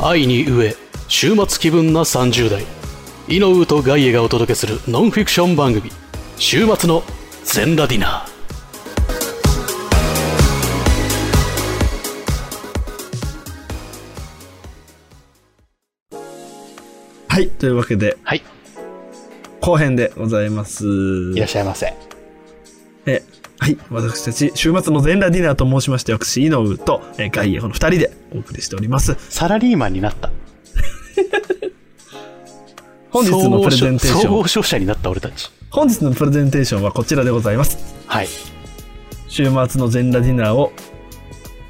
愛に飢え週末気分な30代イノウとガイエがお届けするノンフィクション番組「週末の全ラディナー」はい、というわけで、はい後編でございます。いらっしゃいませえはい、私たち、週末の全裸ディナーと申しまして、私、イノウとえーガイエこの二人でお送りしております。サラリーマンになった本日のプレゼンテーシ総ョン合、商社になった俺たち本日のプレゼンテーションはこちらでございます。はい週末の全裸ディナーを、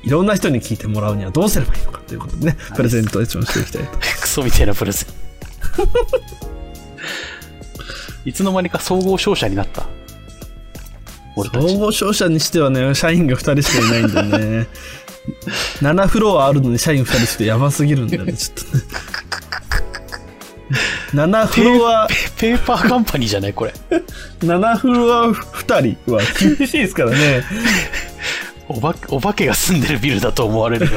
いろんな人に聞いてもらうにはどうすればいいのかということでね、プレゼンテーションしていきたいと。クソみたいなプレゼ ンいつの間にか総合商社になった俺たち総合商社にしてはね、社員が二人しかいないんだよね。7フロアあるのに社員二人してやばすぎるんだよね、ちょっとね。7フロア、ペーパーカンパニーじゃないこれ7フロア2人は厳しいですからね。おばお化けが住んでるビルだと思われる よ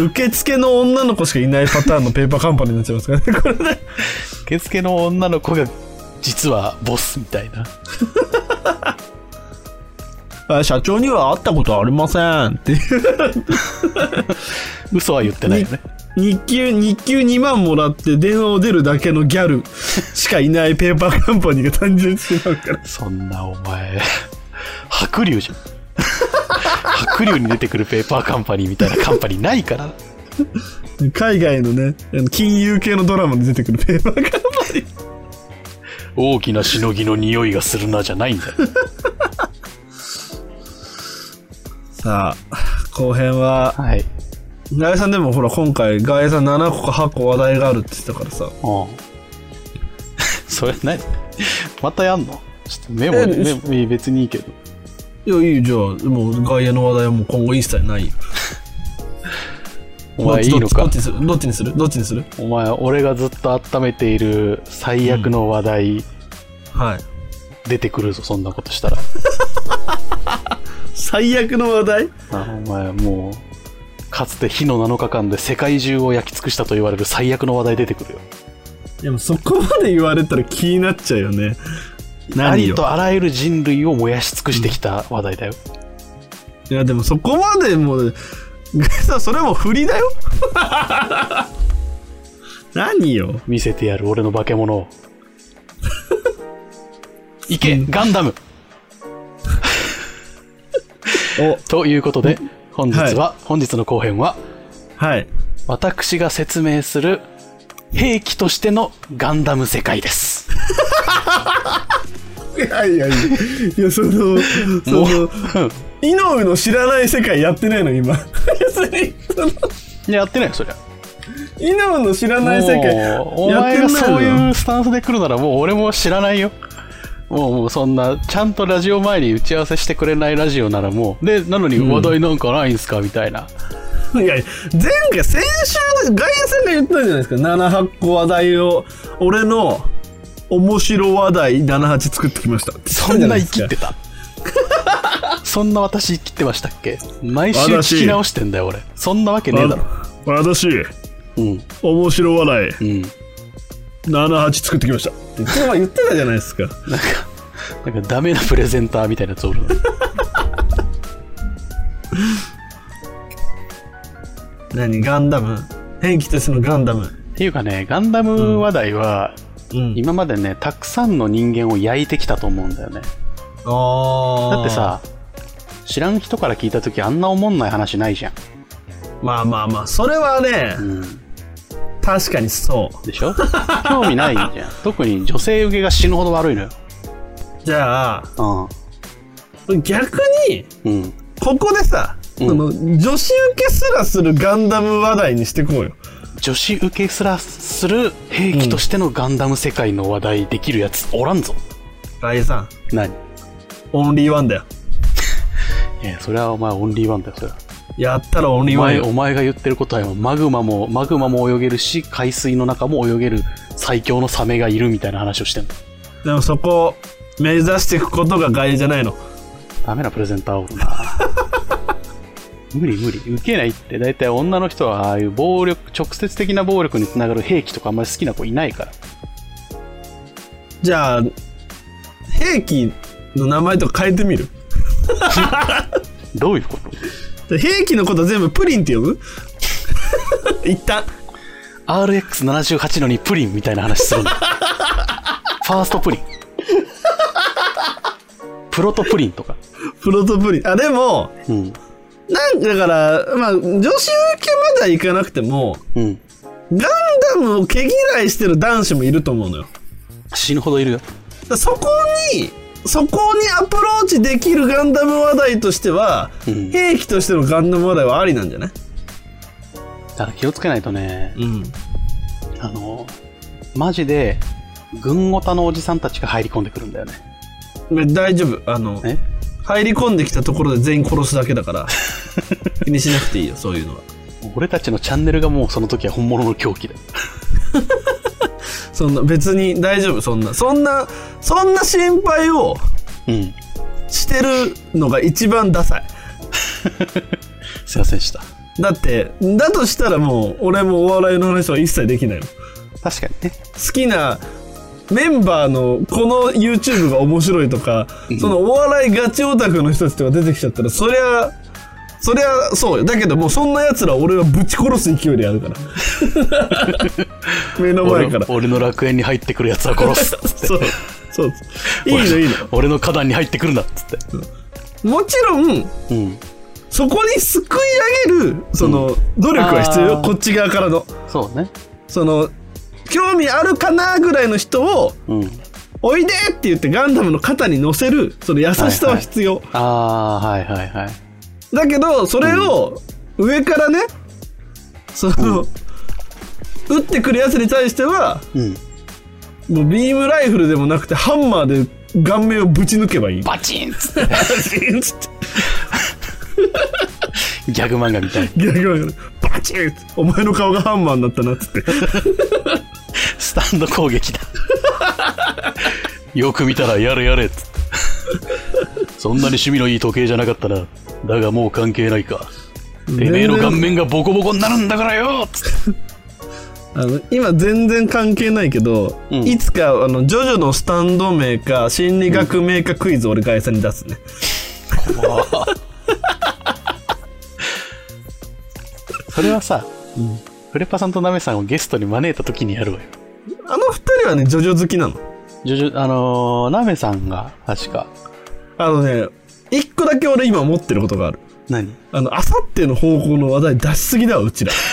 受付の女の子しかいないパターンのペーパーカンパニーになっちゃいますからね、これね。受付の女の子が実はボスみたいなあ社長には会ったことありませんっていう。嘘は言ってないよね日給、日給2万もらって電話を出るだけのギャルしかいないペーパーカンパニーが単純に違うから。そんなお前 白龍じゃん 白龍に出てくるペーパーカンパニーみたいなカンパニーないから海外のね、あの金融系のドラマに出てくるペー パーカンパニー。大きなしのぎの匂いがするなじゃないんだよさあ、後編は、はいガエさんでもほら今回、ガエさん7個か8個話題があるって言ってたからさ。うん それ何またやんのちょっとメモえメモいい別にいいけどいや、いいよ、じゃあ、もう外野の話題はもう今後一切ないよ。お前いいのどかっちどっちどっちにするどっちにするどっちにすお前俺がずっと温めている最悪の話題、るはい。出てくるぞそんなことしたら最悪の話題あお前もうかつて火の7日間で世界中を焼き尽くしたと言われる最悪の話題出てくるよでもそこまで言われたら気になっちゃうよね。あ何りよ。とあらゆる人類を燃やし尽くしてきた話題だよ、いや、でもそこまでもう、 ガエさん、それもう振りだよ。 何よ。見せてやる俺の化け物 をいけ、うんガンダムお、ということで本日は、本日の後編ははい。私が説明する兵器としてのガンダム世界ですいやいやいや、いや、その、そもうの、井上の知らない世界やってないの、今。別に、その、 いややってないよそりゃ井上の知らもなうい世界お前がそうう。いうスタンスで来るならもう俺も知らないよもうもうそんなちゃんとラジオ前に打ち合わせしてくれないラジオならもうでなのに話題なんかないんすかみたいな、いやいや、前回、先週、ガイエンさんが言ったじゃないですか。7、8個話題を、俺の、面白話題7、8作ってきました。そんな生生ききてた そんな私生きてましたっけ毎週聞き直してんだよ俺そんなわけねえだろ私、うん面白話題うん7、8作ってきました。って言ってたじゃないですか。なんかなんかダメなプレゼンターみたいなやつ おるな何、ガンダム変気としてのガンダム。っていうかねガンダム話題はうん。今までねたくさんの人間を焼いてきたと思うんだよねあーだってさ知らん人から聞いた時あんなおもんない話ないじゃん、まあまあまあそれはね、うん、確かにそうでしょ 興味ないじゃん特に女性受けが死ぬほど悪いのじゃあよ逆にうんうんここでさ、うんその女子受けすらするガンダム話題にしてこうよ女子受けすらする兵器としてのガンダム世界の話題できるやつおらんぞライさん何いオンリーワンだよやそれはお前オンリーワンだよそれはやったらオンリーおワン前よお前が言ってることは今マグマもマグマも泳げるし海水の中も泳げる最強のサメがいるみたいな話をしてんのでもそこを目指していくことが外野じゃないのダメなプレゼンターおるな 無理無理受けないって大体女の人はああいう暴力直接的な暴力につながる兵器とかあんまり好きな子いないからじゃあ、兵器の名前とか変えてみるどういうこと兵器のこと全部プリンって呼ぶ 一旦。 RX78 のにプリンみたいな話す るんだファーストプリンプロトプリンとかプロトプリン。あ、でも、うんなんだから、まあ、女子受けまではいかなくても、うんガンダムを毛嫌いしてる男子もいると思うのよ。死ぬほどいるよだからそこに、そこにアプローチできるガンダム話題としては、うん兵器としてのガンダム話題はありなんじゃないただ気をつけないとねうん。あのマジで軍ごたのおじさんたちが入り込んでくるんだよねまあ大丈夫。あの、え入り込んできたところで全員殺すだけだ から、気にしなくていいよ、そういうのは。俺たちのチャンネルがもうその時は本物の狂気だよそんな、別に大丈夫、そんな。そんな、そんな心配をうんしてるのが一番ダサい。すいませんでしただって、だとしたらもう、俺もお笑いの話は一切できないの。確かにね好きなメンバーのこの YouTube が面白いとか、そのお笑いガチオタクの人たちとか出てきちゃったら、そりゃ、そりゃそうよ。だけどもうそんな奴ら俺はぶち殺す勢いでや るから。目の前俺から。俺の楽園に入ってくるやつは殺すっつってそう。そう。いいのいいの。 俺の花壇に入ってくるなっつってもちろん、うんそこにすくい上げる、その、努力は必要あよ。ーこっち側からの。そうねその、興味あるかなぐらいの人を、うんおいでって言ってガンダムの肩に乗せる、その優しさは必要。ああはいはいはいだけど、それを上からね、その、撃ってくるやつに対しては、うんもうビームライフルでもなくて、ハンマーで顔面をぶち抜けばいい。バチンっつってバチンっつってギャグ漫画みたいにギャグ漫画でバチンっつってお前の顔がハンマーになったなっつって。スタンド攻 撃だよく見たらやれやれっつってそんなに趣味のいい時計じゃなかったなだがもう関係ないかてめえの顔面がボコボコになるんだからよっつってあの今全然関係ないけど、うんいつかあのジョジョのスタンド名か心理学名かクイズ俺ガイさんに出すね、 それはさ、フレパさんとナメさんをゲストに招いた時にやるわよあの二人はねジョジョ好きなのジョジョあのー、ナメさんが確かあのね一個だけ俺今思ってることがある何あのあさっての方向の話題出しすぎだわうちら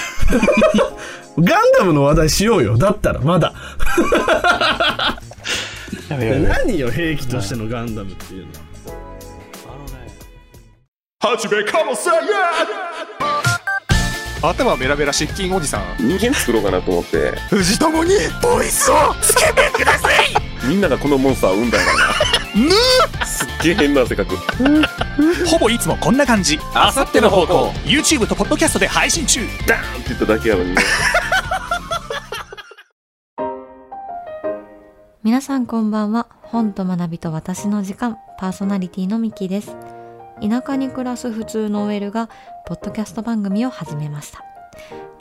ガンダムの話題しようよだったらまだやべやべやべ何よ兵器としてのガンダムっていうのあのねはじめかもせん頭ベラベラ失禁おじ さん人間作ろうかなと思って藤友にボイスをつけてくださいみんながこのモンスターを産んだからぬなすっげえ変な性格ほぼいつもこんな感じあさっての方向 YouTube とポッドキャストで配信中ダーンって言っただけやのにね皆さんこんばんは本と学びと私の時間パーソナリティのミキです田舎に暮らす普通の OL がポッドキャスト番組を始めました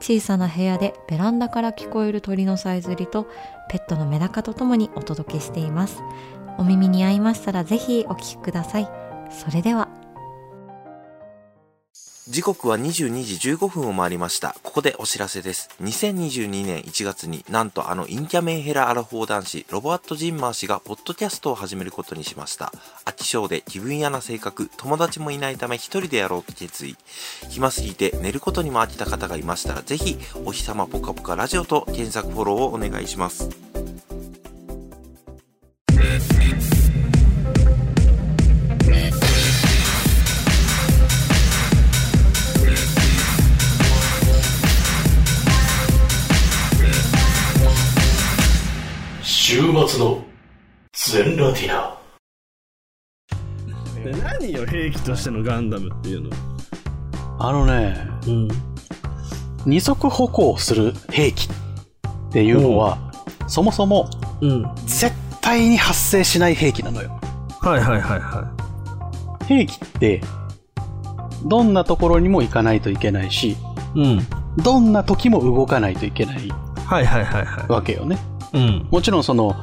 小さな部屋でベランダから聞こえる鳥のさえずりとペットのメダカとともにお届けしていますお耳に合いましたらぜひお聞きくださいそれでは時刻は22時15分を回りました。ここでお知らせです。2022年1月になんとあのインキャメンヘラアラフォー男子、ロボアット・ジンマー氏がポッドキャストを始めることにしました。飽き性で気分屋な性格、友達もいないため一人でやろうと決意。暇すぎて寝ることにも飽きた方がいましたら、ぜひお日様ぽかぽかラジオと検索フォローをお願いします。週末の全ラティナ。何よ兵器としてのガンダムっていうのあのねうん二足歩行する兵器っていうのは、そもそもうんは絶対に発生しない兵器なのよいはいはいはい兵器ってどんなところにも行かないといけないし、うん。どんな時も動かないといけないはいはいはいはわけよね。い。うん。もちろんその、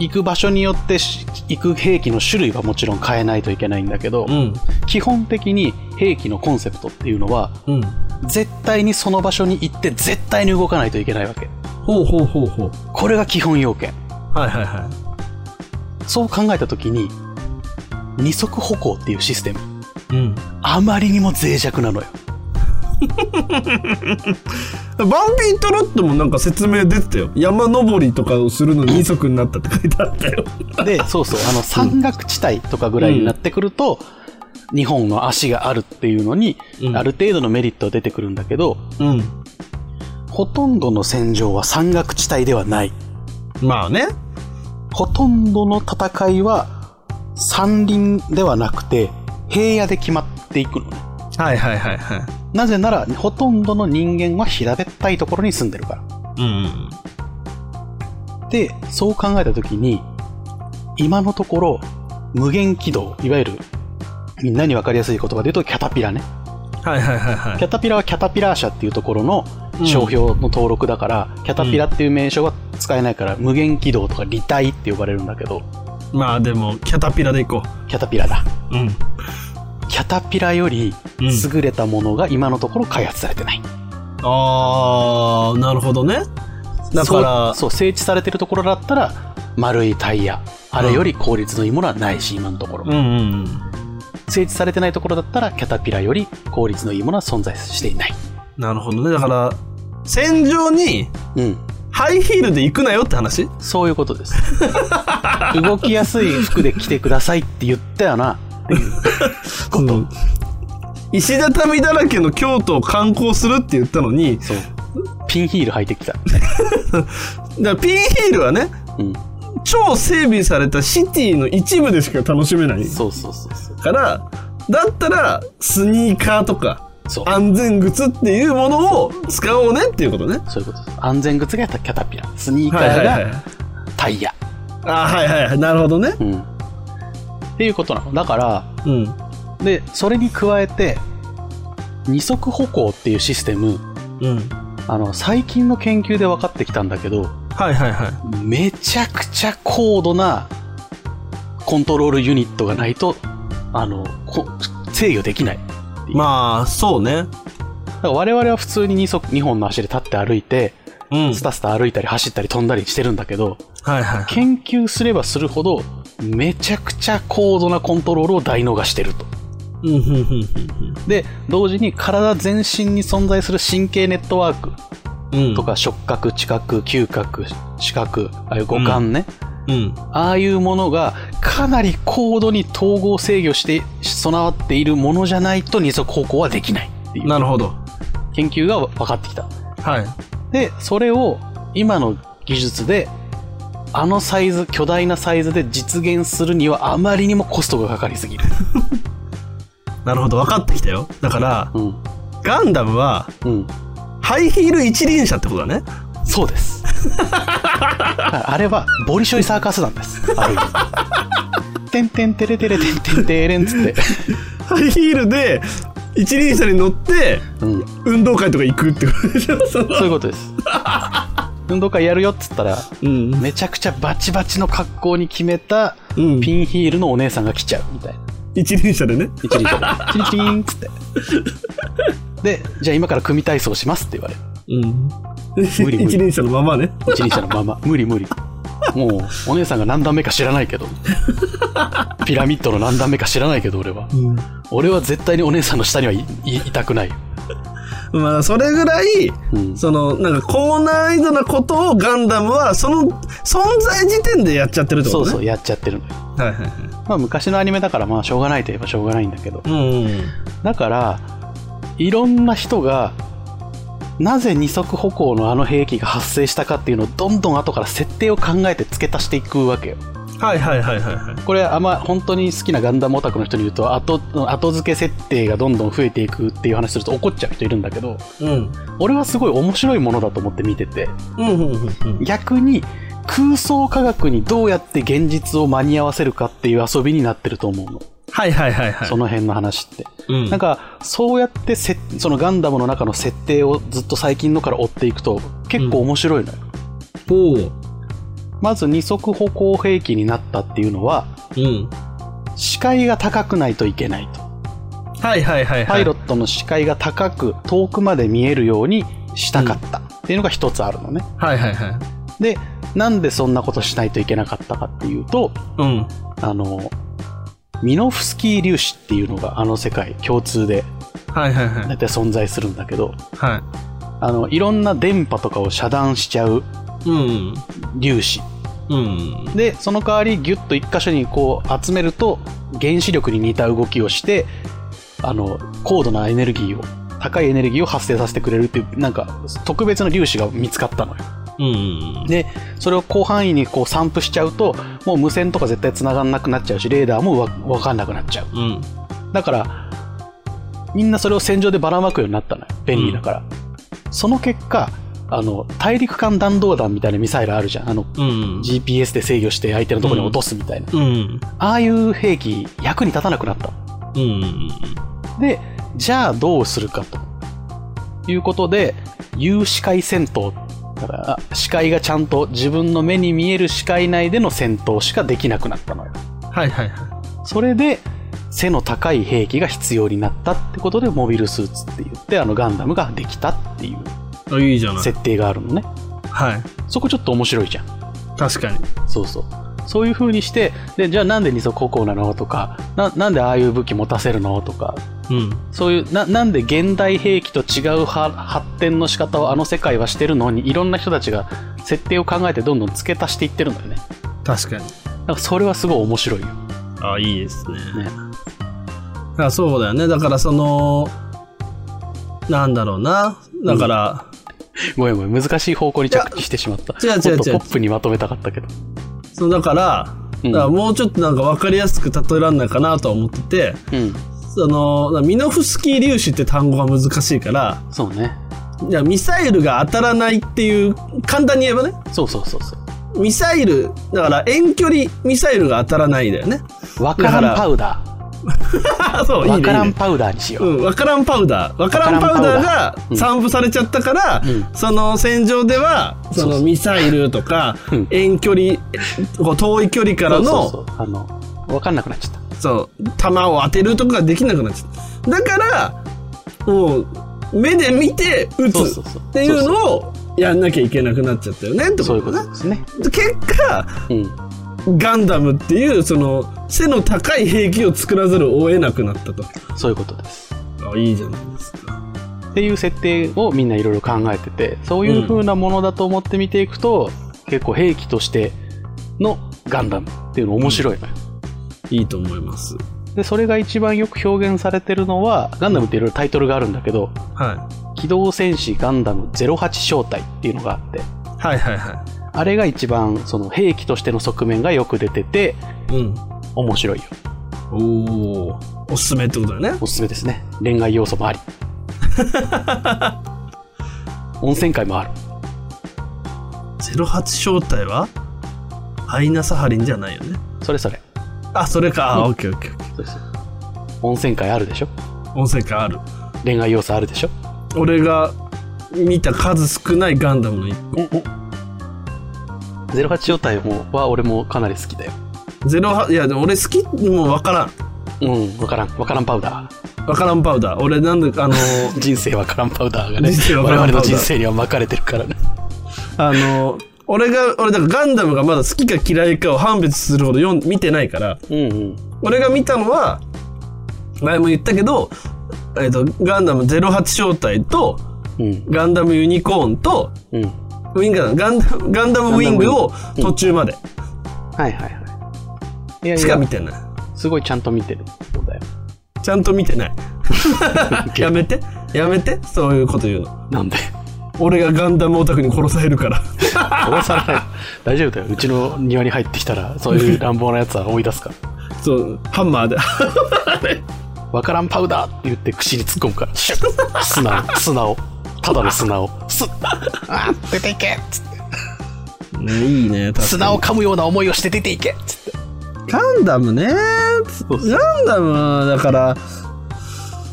行く場所によってし行く兵器の種類はもちろん変えないといけないんだけど、うん。基本的に兵器のコンセプトっていうのは、うん。絶対にその場所に行って絶対に動かないといけないわけ。ほうほうほうほう。これが基本要件。はいはいはそう考えた時に、二足歩行っていうシステム、い。うん。あまりにも脆弱なのよ。バンビートロットもなんか説明出てたよ。山登りとかをするのに二足になったって書いてあったよ。 で、そうそう、あの、山岳地帯とかぐらいになってくると、日本の足があるっていうのに、うんある程度のメリットは出てくるんだけど、うん。ほとんどの戦場は山岳地帯ではない。まあね。ほとんどの戦いは、山林ではなくて、平野で決まっていくのね。はいはいはいはい。なぜなら、ほとんどの人間は平べったいところに住んでるから。うん。でそう考えた時に今のところ無限軌道いわゆるみんなに分かりやすい言葉で言うとキャタピラねはいはいはいはキい。ャタピラはキャタピラー社っていうところのうん商標の登録だから、キャタピラっていう名称が使えないから無限軌道とか立体って呼ばれるんだけどまあでも、キャタピラでいこキャタピラだう。うん。キャタピラよりうん優れたものが今のところ開発されてない、あー、なるほどね。だかそら、うそう整地されてるところだったら丸いタイヤあれより効率のいいものはないし今のところ、うんうんうん。整地されてないところだったらキャタピラより効率のいいものは存在していない、なるほどね。だから、戦場にうん、ハイヒールで行くなよって話そういうことです 動きやすい服で着てくださいって言ったよなこと。石畳だらけの京都を観光するって言ったのに、そうピンヒール履いてきた、だからピンヒールはね、うん、超整備されたシティの一部でしか楽しめないそうそうそうそうから、だったらスニーカーとかそう安全靴っていうものを使おうねっていうことね。そういうことです安全靴がキャタピラスニーカはいはーいはいが。タイヤ、あはいはいはい。なるほどね。うん、っていうことなのだからうん。でそれに加えて二足歩行っていうシステムうん。あの最近の研究で分かってきたんだけど、はいはいはい。めちゃくちゃ高度なコントロールユニットがないとあのこ制御できないまあ、そうだね。から我々は普通に二足2本の足で立って歩いてうん。スタスタ歩いたり走ったり飛んだりしてるんだけどはいはい。研究すればするほどめちゃくちゃ高度なコントロールを大脳がしてるとうんうんうんうんで同時に体全身に存在する神経ネットワークうん。うんと。か触覚知覚嗅覚視覚ああいう五感ね、うん。ああいうものがかなり高度に統合制御して備わっているものじゃないと二足歩行はできないっていうなるほど。研究が分かってきた。はい。で、それを今の技術であのサイズ、巨大なサイズで実現するにはあまりにもコストがかかりすぎる。なるほど。分かってきたよ。だから、うん。ガンダムは、うん。ハイヒール一輪車ってことだね。そうです。 あれはボリショイサーカス団です。ある意味。てんてんてれてれてんてんてれんつって。ハイヒールで、一輪車に乗って、うん。運動会とか行くってことでしょそのそういうことです。運動会やるよっつったら、うん。めちゃくちゃバチバチの格好に決めたうんピンヒールのお姉さんが来ちゃうみたいな。一輪車でね。一輪車で。チリチリンっつって。で、じゃあ今から組体操しますって言われる。うん。無理無理一輪車のままね。一輪車のまま。無理無理。もう、お姉さんが何段目か知らないけど。ピラミッドの何段目か知らないけど、俺は。俺は絶対にお姉さんの下にはいいいたくない。まあ、それぐらい、うん。その、なんか高難易度なことをガンダムは、その、存在時点でやっちゃってるってそこうとそね。う、やっちゃってるのよ。はいはいはい。まあ昔のアニメだから、まあしょうがないといえばしょうがないんだけど。うんうん。だからいろんな人がなぜ二足歩行のあの兵器が発生したかっていうのをどんどん後から設定を考えて付け足していくわけよはいはいはいはいはい。これあんま本当に好きなガンダムオタクの人に言うと後後付け設定がどんどん増えていくっていう話すると怒っちゃう人いるんだけどうん。俺はすごい面白いものだと思って見ててうんうんうんうん。逆に空想科学にどうやって現実を間に合わせるかっていう遊びになってると思うのはいはいはいはい。その辺の話って。うんなんか、そうやってせ、そのガンダムの中の設定をずっと最近のから追っていくと、結構面白いのよ。おうまず二足歩行兵器になったっていうのは、うん。視界が高くないといけないと。はいはいはいはい。パイロットの視界が高く、遠くまで見えるようにしたかったっていうのが一つあるのね。はいはいはい。で、なんでそんなことしないといけなかったかっていうと、うん。あの、ミノフスキー粒子っていうのがあの世界共通ではいはいは大い。体存在するんだけど、はあの、いろんな電波とかを遮断しちゃうい。うん。粒子。うん。で、その代わりギュッと一箇所にこう集めると原子力に似た動きをして、あの、高度なエネルギーを、高いエネルギーを発生させてくれるっていう、なんか特別な粒子が見つかったのよ。うん。で、それを広範囲にこう散布しちゃうと、もう無線とか絶対繋がんなくなっちゃうし、レーダーもわわかんなくなっちゃう。うん。だから、みんなそれを戦場でばらまくようになったのよ。便利だから。その結果、あの、大陸間弾道弾みたいなミサイルあるじゃん。あの、うん。 GPS で制御して相手のところに落とすみたいな。うん。ああいう兵器、役に立たなくなった。うん。で、じゃあどうするかと。いうことで、有視界戦闘。だから、あ視界がちゃんと自分の目に見える視界内での戦闘しかできなくなったのよ。はいはいはそれで、背の高い兵器が必要になったってことで、モビルスーツって言って、あのガンダムができたっていうい。あ、いいじゃない。設定があるのね。はい。そこちょっと面白いじゃん。確かに。そうそう。そういう風にして、で、じゃあなんで二足歩行なのとか、な、なんでああいう武器持たせるのとか、うん。そういう、な、なんで現代兵器と違うは発展の仕方をあの世界はしてるのに、いろんな人たちが設定を考えてどんどん付け足していってるんだよね。確かに。だからそれはすごい面白いよ。あ、いいですね。ねあそうだよね。だからその、なんだろうな。だから、ごめんごめん、難しい方向に着地してしまった。いや違う違うもっと違ポうップにまとめたかったけど。そのだから、うんだからもうちょっとなんか分かりやすく例えられないかなとは思ってて、うん。その、だからミノフスキー粒子って単語が難しいから、そうね。じゃあミサイルが当たらないっていう、簡単に言えばね、そうそうそうそう。ミサイル、だから遠距離ミサイルが当たらないんだよね。 わからんパウダあ、そー。う、いいね。いわいからんねパウダーにしようう。ん、わからんパウダー。わからんパウダーがうん散布されちゃったから、うんその戦場では、そそうのそうミサイルとかうん、遠距離、こう遠い距離からの、そうそうそうあの、わかんなくなっちゃった。そう弾を当てるとかができなくなっちゃっただからもう目で見て撃そうつそうそうっていうのをやんなきゃいけなくなっちゃったよねってそうこいうこととだなですね。結果うん。ガンダムっていうその背の高い兵器を作らざるを得なくなったとそういうことです。あいいじゃないですかっていう設定をみんないろいろ考えててそういう風なものだと思って見ていくと、結構兵器としてのガンダムっていうの面白いのよ、いいと思いますでそれが一番よく表現されてるのはガンダムっていろいろタイトルがあるんだけどは「機動戦士ガンダム08小隊」っていうのがあってい、はいはいはあれが一番その兵器としての側面がよく出てていうん面白いよおおおすすめってことだよねおすすめですね恋愛要素も あり温泉会もある08正体はアイナ・サハリンじゃないよねそれそれあそれかあオッケーオッケーオッケそうです温泉会あるでしょー音声感ある恋愛要素あるでしょ俺が見た数少ないガンダムの一08小隊もは俺もかなり好きだよ個ゼロはいやでも俺好きもう分からんうん分からん分からんパウダー分からんパウダー俺なん であの人生分からんパウダーがね人生分我からんパウ々ダーの人生には巻かれてるからねあの俺が俺だからガンダムがまだ好きか嫌いかを判別するほど読ん見てないからうんうん俺が見たのは前も言ったけど、えっとガンダム08正体とうんガンダムユニコーンとうんウィングだガンダムガンダムウィングを途中まではいはいはいいやいしかや見てないすごいちゃんと見てるそうだよちゃんと見てないやめてやめてそういうこと言うのなんで俺がガンダムオタクに殺されるから 殺されない大丈夫だようちの庭に入ってきたらそういう乱暴なやつは追い出すからそうハンマーで分からんパウダーって言って口に突っ込むからシュッ砂を砂をただの砂をスッあー出ていけっつって いいね砂を噛むような思いをして出ていけっつってガンダムねガンダムだから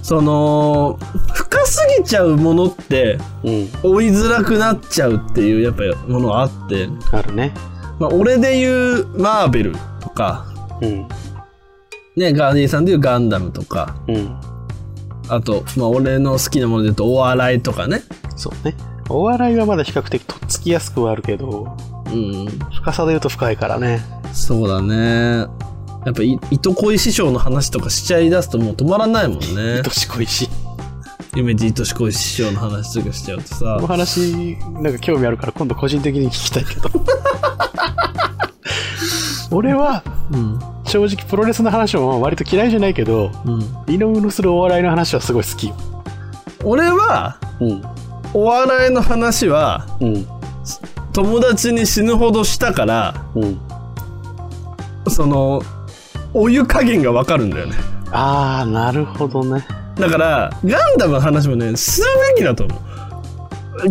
その深すぎちゃうものってうん。追いづらくなっちゃうっていうやっぱものはあって、あるね。まあ、俺で言うマーベルとか、うん。ね、ガーディさんで言うガンダムとかうん。あと、まあ、俺の好きなもので言うとお笑いとかねそうね。お笑いはまだ比較的とっつきやすくはあるけど、うん深さで言うと深いからね。そうだねやっぱいいとこい師匠の話とかしちゃいだすともう止まらないもんねい としこいし。夢じいとしこい師匠の話とかしちゃうとさこの話、なんか興味あるから今度個人的に聞きたい けど。俺は、うん正直プロレスの話も割と嫌いじゃないけど、うんリノウのするお笑いの話はすごい好きよ。俺はうん。お笑いの話はうん。友達に死ぬほどしたからうん。そのお湯加減がわかるんだよねあー、なるほどね。だからガンダムの話もねするべきだと思う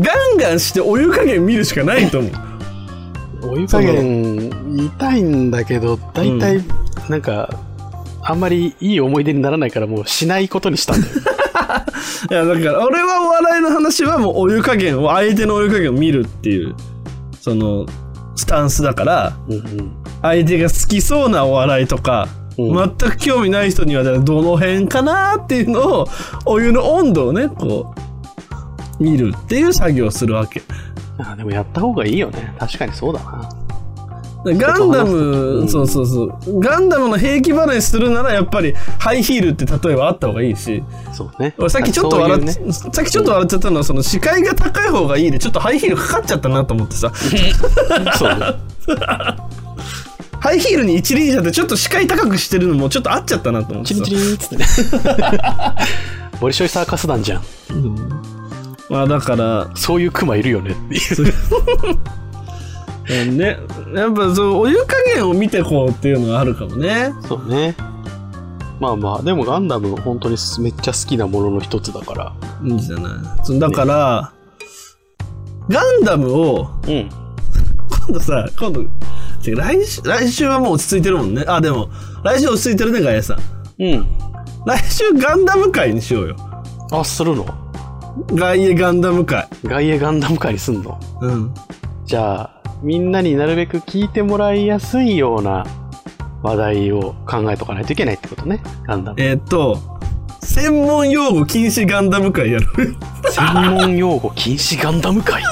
ガンガンしてお湯加減見るしかないと 思うお湯加減、痛いんだけど、大体、なんか、あんまりいい思い出にならないから、もうしないことにしたんだよ。いやだから俺はお笑いの話はもうお湯加減を相手のお湯加減を見るっていうそのスタンスだから うんうん。相手が好きそうなお笑いとか、うん全く興味ない人にはだからどの辺かなっていうのをお湯の温度をねこう見るっていう作業をするわけあでもやった方がいいよね。確かにそうだな。ガンダうムんそうそうそうガンダムの兵器話するならやっぱりハイヒールって例えばあった方がいいしそうね。俺さっきちょっと笑っそういうねさっきちょっと笑っちゃったのはその視界が高い方がいいでちょっとハイヒールかかっちゃったなと思ってさ そうね。ハイヒールに一輪車でちょっと視界高くしてるのもちょっと合っちゃったなと思っチてさリチリーっつってね。 ボリショイサーカス団じゃん。まあだからそういうクマいるよねっていう。うんねやっぱそうお湯加減を見てこうっていうのがあるかもねそうね。まあまあ、でもガンダム本当にめっちゃ好きなものの一つだかいいんじゃないそうだから、ガンダムをら。うん。今度さ今度てか来週来週はもう落ち着いてるもんねあでも来週落ち着いてるねガヤさんうん。来週ガンダム会にしようよあ、するの外野ガンダム会外野ガンダム界にすんのうんじゃあ、みんなになるべく聞いてもらいやすいような話題を考えとかないといけないってことね。ガンダム。えーっと専門用語禁止ガンダム会やる専門用語禁止ガンダム 界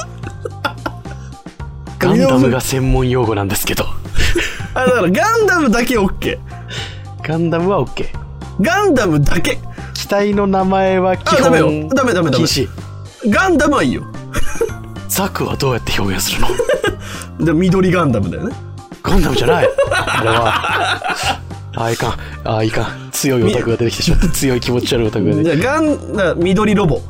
ガンダムが専門用語なんですけど。 あだからガンダムだけ OK ガンダムは OK。ガンダムだけ機体の名前は基あダメよ本ダメダメダ禁メ止。ガンダムはいいよザクはどうやって表現するので緑ガンダムだよねガンダムじゃないあれは。 ああ、いかん。ああ、いかん。強いオタクが出てきてしま った。強い気持ち悪いオタクが出てきじて。ゃあガンだから緑ロボ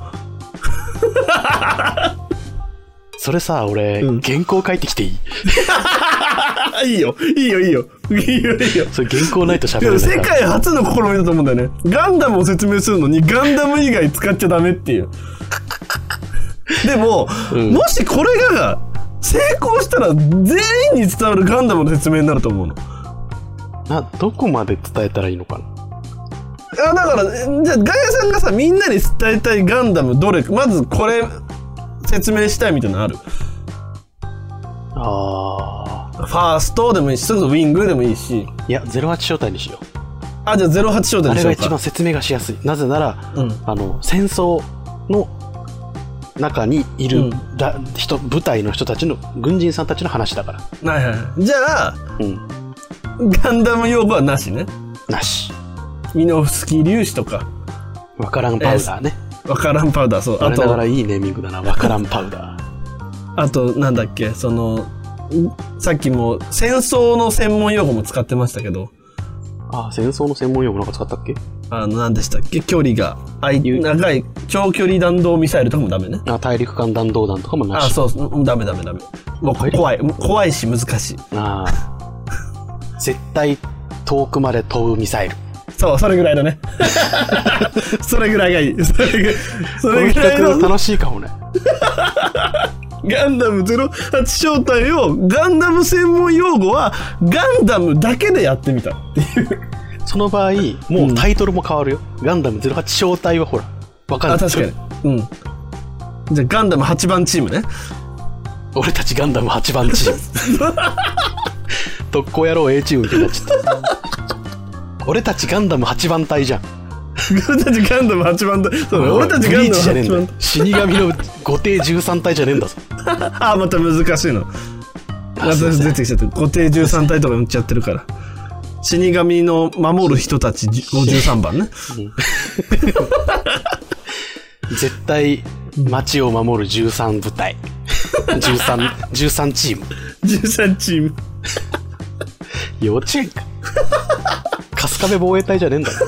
それさ、俺、うん原稿書いてきていいあいいよいいよいいよいいよいいよそれ原稿ないと喋でれもない世から。界初の試みだと思うんだよねガンダムを説明するのにガンダム以外使っちゃダメっていう でも、うんもしこれが成功したら全員に伝わるガンダムの説明になると思うのな、どこまで伝えたらいいのかなあだからえじゃあガイアさんがさみんなに伝えたいガンダムどれまずこれ説明したいみたいなのあるフああ。ァーストでもいいしそれこそウィングでもいいしいや、08招待にしよう。あじゃあ08商あ店にれしよがうか一番説明がしやすい。なぜなら、うんあの、戦争の中にいる、うんだ人、部隊の人たちの、軍人さんたちの話だから。はいはいはいじゃあうん。ガンダム用語はなしねなし。ミノフスキー粒子とかわからんパウダーね。わからんパウダーそうあ我ながらといいネーミングだな。わからんパウダー。 あとなんだっけそのんさっきも戦争の専門用語も使ってましたけどああ、戦争の専門用語なんか使ったっけあの何でしたっけ距離があい長い長距離弾道ミサイルとかもダメねあ大陸間弾道弾とかもなあし。そうそうダメダメダメもう怖い怖いもう怖いし難しいああ。絶対遠くまで飛ぶミサイル。そうそれぐらい だねそれぐらいがいいそれぐそこのれぐ企らい画の楽しいかもね。ガンダム08招待をガンダム専門用語はガンダムだけでやってみたっていうその場合もうタイトルも変わるよ、ガンダム08招待はほらわかんなあい確かにうんじゃあガンダム8番チームね 俺たちガンダム8番チ ーム特攻野郎 A チームみたいになっちゃった俺たちガンダム8番隊じゃん俺たちガンダム8番隊そうだね俺たちガンブリーチじゃねえダんムだよ8番死神の後帝13体じゃねえんだぞ隊あまた難しいのあすいま私せん出てきちゃって固定13体とか言っちゃってるから死神の守る人たち53 番ね絶対町を守る13部隊 13, 13チーム13チーム幼稚園か春日部防衛隊じゃねえんだろ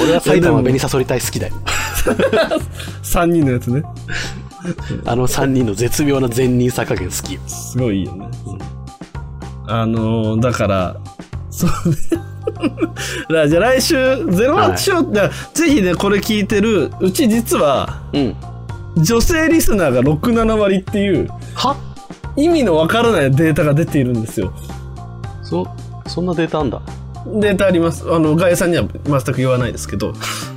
俺は埼玉紅サソリ隊好きだよ3人のやつねあの3人の絶妙な善人さ加減好きよすごいいいよね。あのーだから、そうね。 だからじゃあ来週、ゼロ八章って、ぜひね、これ聞いてる、うち実は、うん女性リスナーが6、7割っていう、は意味のわからないデータが出ているんですよ。そそんなデータあんだデータあります。あの、ガエさんには全く言わないですけど。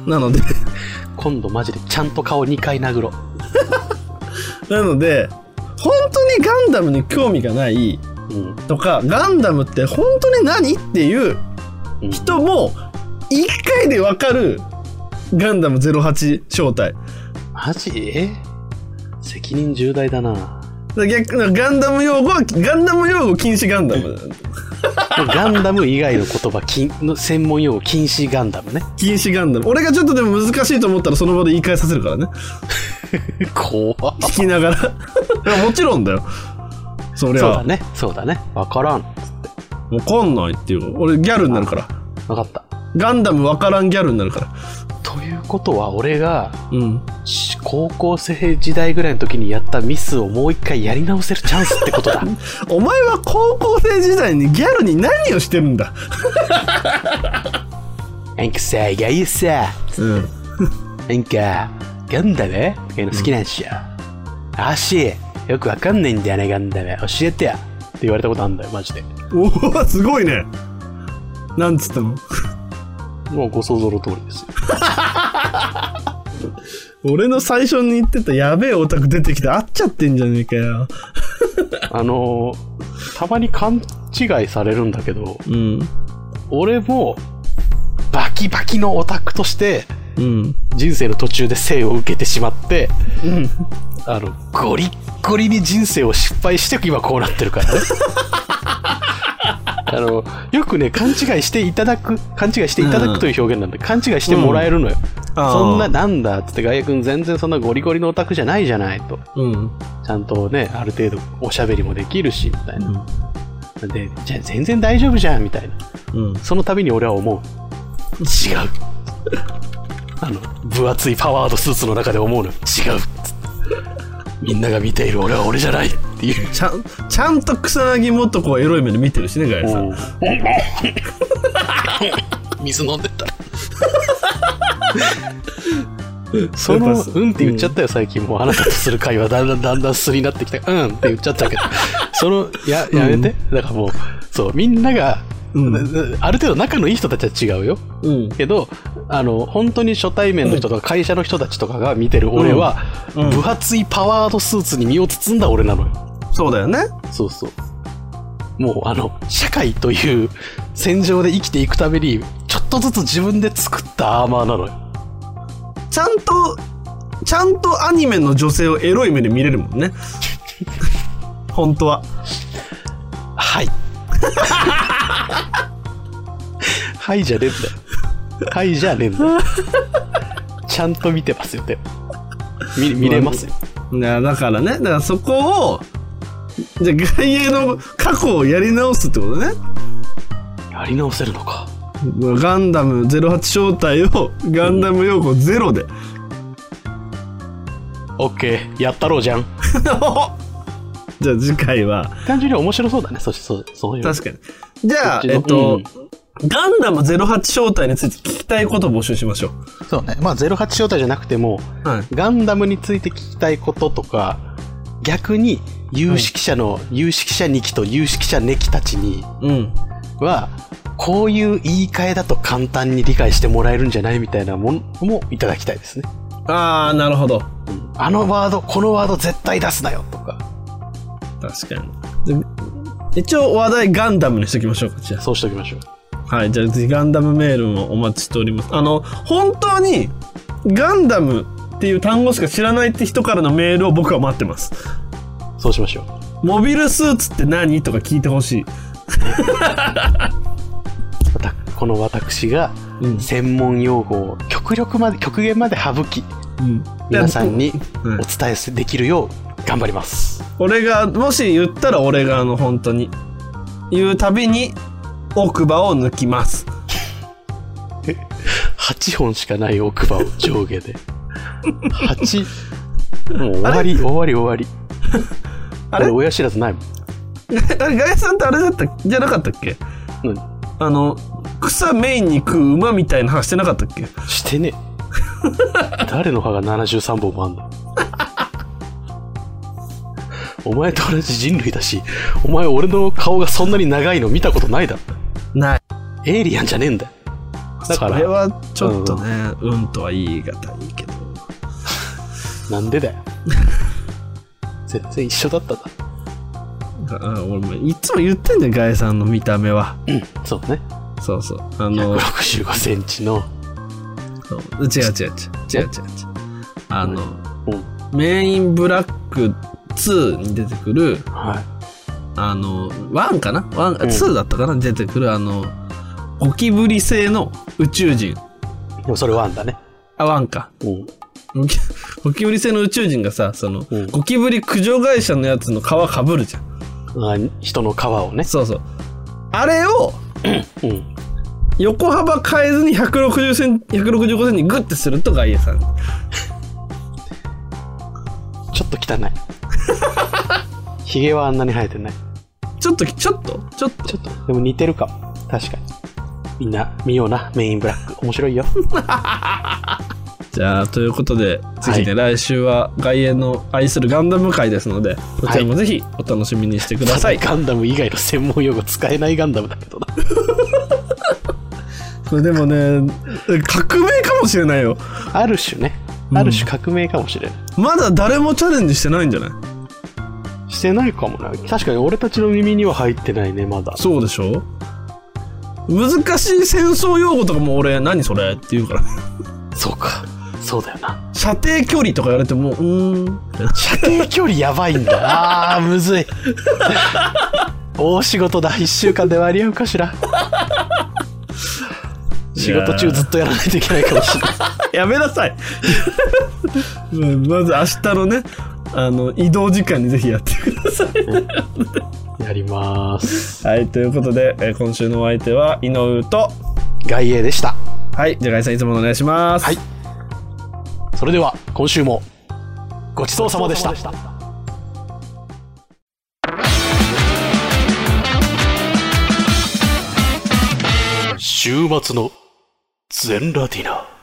なので、 今度マジでちゃんと顔2回殴ろうなので、本当にガンダムに興味がない、うんとかガンダムって本当に何っていううん人も1回でわかるガンダム08正体マジえ責任重大だなだ逆だガンダム用語はガンダム用語禁止ガンダムガンダム以外の言葉禁の専門用語禁止ガンダムね禁止ガンダム俺がちょっとでも難しいと思ったらその場で言い返させるからね怖っ聞きながらもちろんだよそりそうゃだねそうだね分からんわかんないっていう俺ギャルになるから分かったガンダムわからんギャルになるからということは俺がうんし高校生時代ぐらいの時にやったミスをもう一回やり直せるチャンスって ことだお前は高校生時代にギャルに何をしてるんだなんかさがいさうんなんかガンダムとかいうの好きなんしょ、あしよくわかんないんだよねガンダム教えてよって言われたことあんだよマジでおおすごいねなんつったのもうご想像の通りです俺の最初に言ってたやべえオタク出てきて会っちゃってんじゃねえかよあのーたまに勘違いされるんだけどうん俺もバキバキのオタクとしてうん人生の途中で生を受けてしまってうんあのゴリッゴリに人生を失敗して今こうなってる からねあのよくね勘違いしていただく勘違いしていただくという表現なんで、勘違いしてもらえるのよ、あーそんななんだっつってガイア君全然そんなゴリゴリのオタクじゃないじゃないとうんちゃんとねある程度おしゃべりもできるしみたいな、でじゃあ全然大丈夫じゃんみたいなうんその度に俺は思う違うあの分厚いパワードスーツの中で思うの違うみんなが見ている俺は俺じゃないっていうちゃんちゃんと草薙もっとこうエロい目で見てるしねガイさん 水飲んでった そのやっ「ぱそううん」って言っちゃったよ最近もうあなたとする会話だんだんだんだんすになってきた「うん」って言っちゃったけど そのややめて、だからもうそうみんなが、うんある程度仲のいい人たちは違うようんけどあの本当に初対面の人とか会社の人たちとかが見てる俺は、うん分厚いパワードスーツに身を包んだ俺なのよそうだよねそうそうもうあの社会という戦場で生きていくためにちょっとずつ自分で作ったアーマーなのよちゃんとちゃんとアニメの女性をエロい目で見れるもんね 本当ははい はいじゃねえんだよはいじゃねえんだよちゃんと見てますよでも見見れますよいやだからねだからそこをじゃあ外影の過去をやり直すってことねやり直せるのかガンダム08招待をガンダム用語ゼロで。 OK やったろうじゃん じゃあ次回は、単純に面白そうだねそしてそうそういう確かに。じゃこっあ、ちのえっと、ガンダム08正体について聞きたいことを募集しましょう。そうね。まあ、08正体じゃなくても、はい。ガンダムについて聞きたいこととか、逆に有識者の、有識者2期と有識者2期たちにうん。は、こういう言い換えだと簡単に理解してもらえるんじゃないみたいなものもいただきたいですね。あー、なるほど。うんあのワード、このワード絶対出すなよとか、確かに。で一応話題ガンダムにしときましょうか、じゃそうしておきましょう。あ。はい、じゃあぜひガンダムメールもお待ちしております。あの、本当にガンダムっていう単語しか知らないって人からのメールを僕は待ってます。そうしましょう。モビルスーツって何とか聞いてほしい。わたこの私がうん専門用語を極力まで、極限まで省き、うん。皆さんにうんお伝えできるよう頑張ります。俺がもし言ったら俺があの本当に言うたびに奥歯を抜きます 8本しかない奥歯を上下で。8、もう終わり、終わり、終わり。あれ俺親知らずないもん。あれガヤさんってあれだったじゃなかったっけ何あの草メインに食う馬みたいな話してなかったっけしてねえ。誰の歯が73本もあんだお前と同じ人類だし、お前俺の顔がそんなに長いの見たことないだろ。ないエイリアンじゃねえんだよ。だからそれはちょっとねうん、とは言い難いけどなんでだよ。全然一緒だったんだ。ああ俺もいつも言ってんだよガヤさんの見た目はそうね。そうそうあ の65センチの。そう違う違う違う違う違う違うあのうんメインブラック2に出てくるはあの、ワンかなワン、んツーだったかな出てくる、あの、ゴキブリ製の宇宙人。い。でもそれワンだね。あ、ワンか。 うん。ゴキゴキブリ製の宇宙人がさ、その、うんゴキブリ駆除会社のやつの皮かぶるじゃん。あ人の皮をね。そうそう。あれを、うん。横幅変えずに160セン165センチにグッてするとガイエさん。ちょっと汚 い。ヒゲはあんなに生えてない。ちょっと、ちょっと、ちょっと。ちょっと、でも似てるかも。確かに。みんな見ような、メインブラック。面白いよ。じゃあ、ということで、ぜひね、来週は外縁の愛するガンダム会ですので、こちらもぜひお楽しみにしてください。ガンダム以外の専門用語使えないガンダムだけどな。これでもね、革命かもしれないよ。ある種ね。ある種革命かもしれない。まだ誰もチャレンジしてないんじゃないしてないかもな。確かに俺たちの耳には入ってないね、まだ。そうでしょ難しい戦争用語とかも俺、何それって言うから。そうか。そうだよな。射程距離とか言われても、うーん。射程距離やばいん だあーむずい大仕事だ1週間で間に合うかしら仕事中ずっとやらないといけないかもしれない やめなさいうん まず明日のね、あの、移動時間にぜひやってください。やりますはい、ということで、えー今週のお相手は、井上と、外営でしたはい、じゃあ、ガイさんいつものお願いします。はいそれでは今週もごちそうさまでした週末の全ラティナ。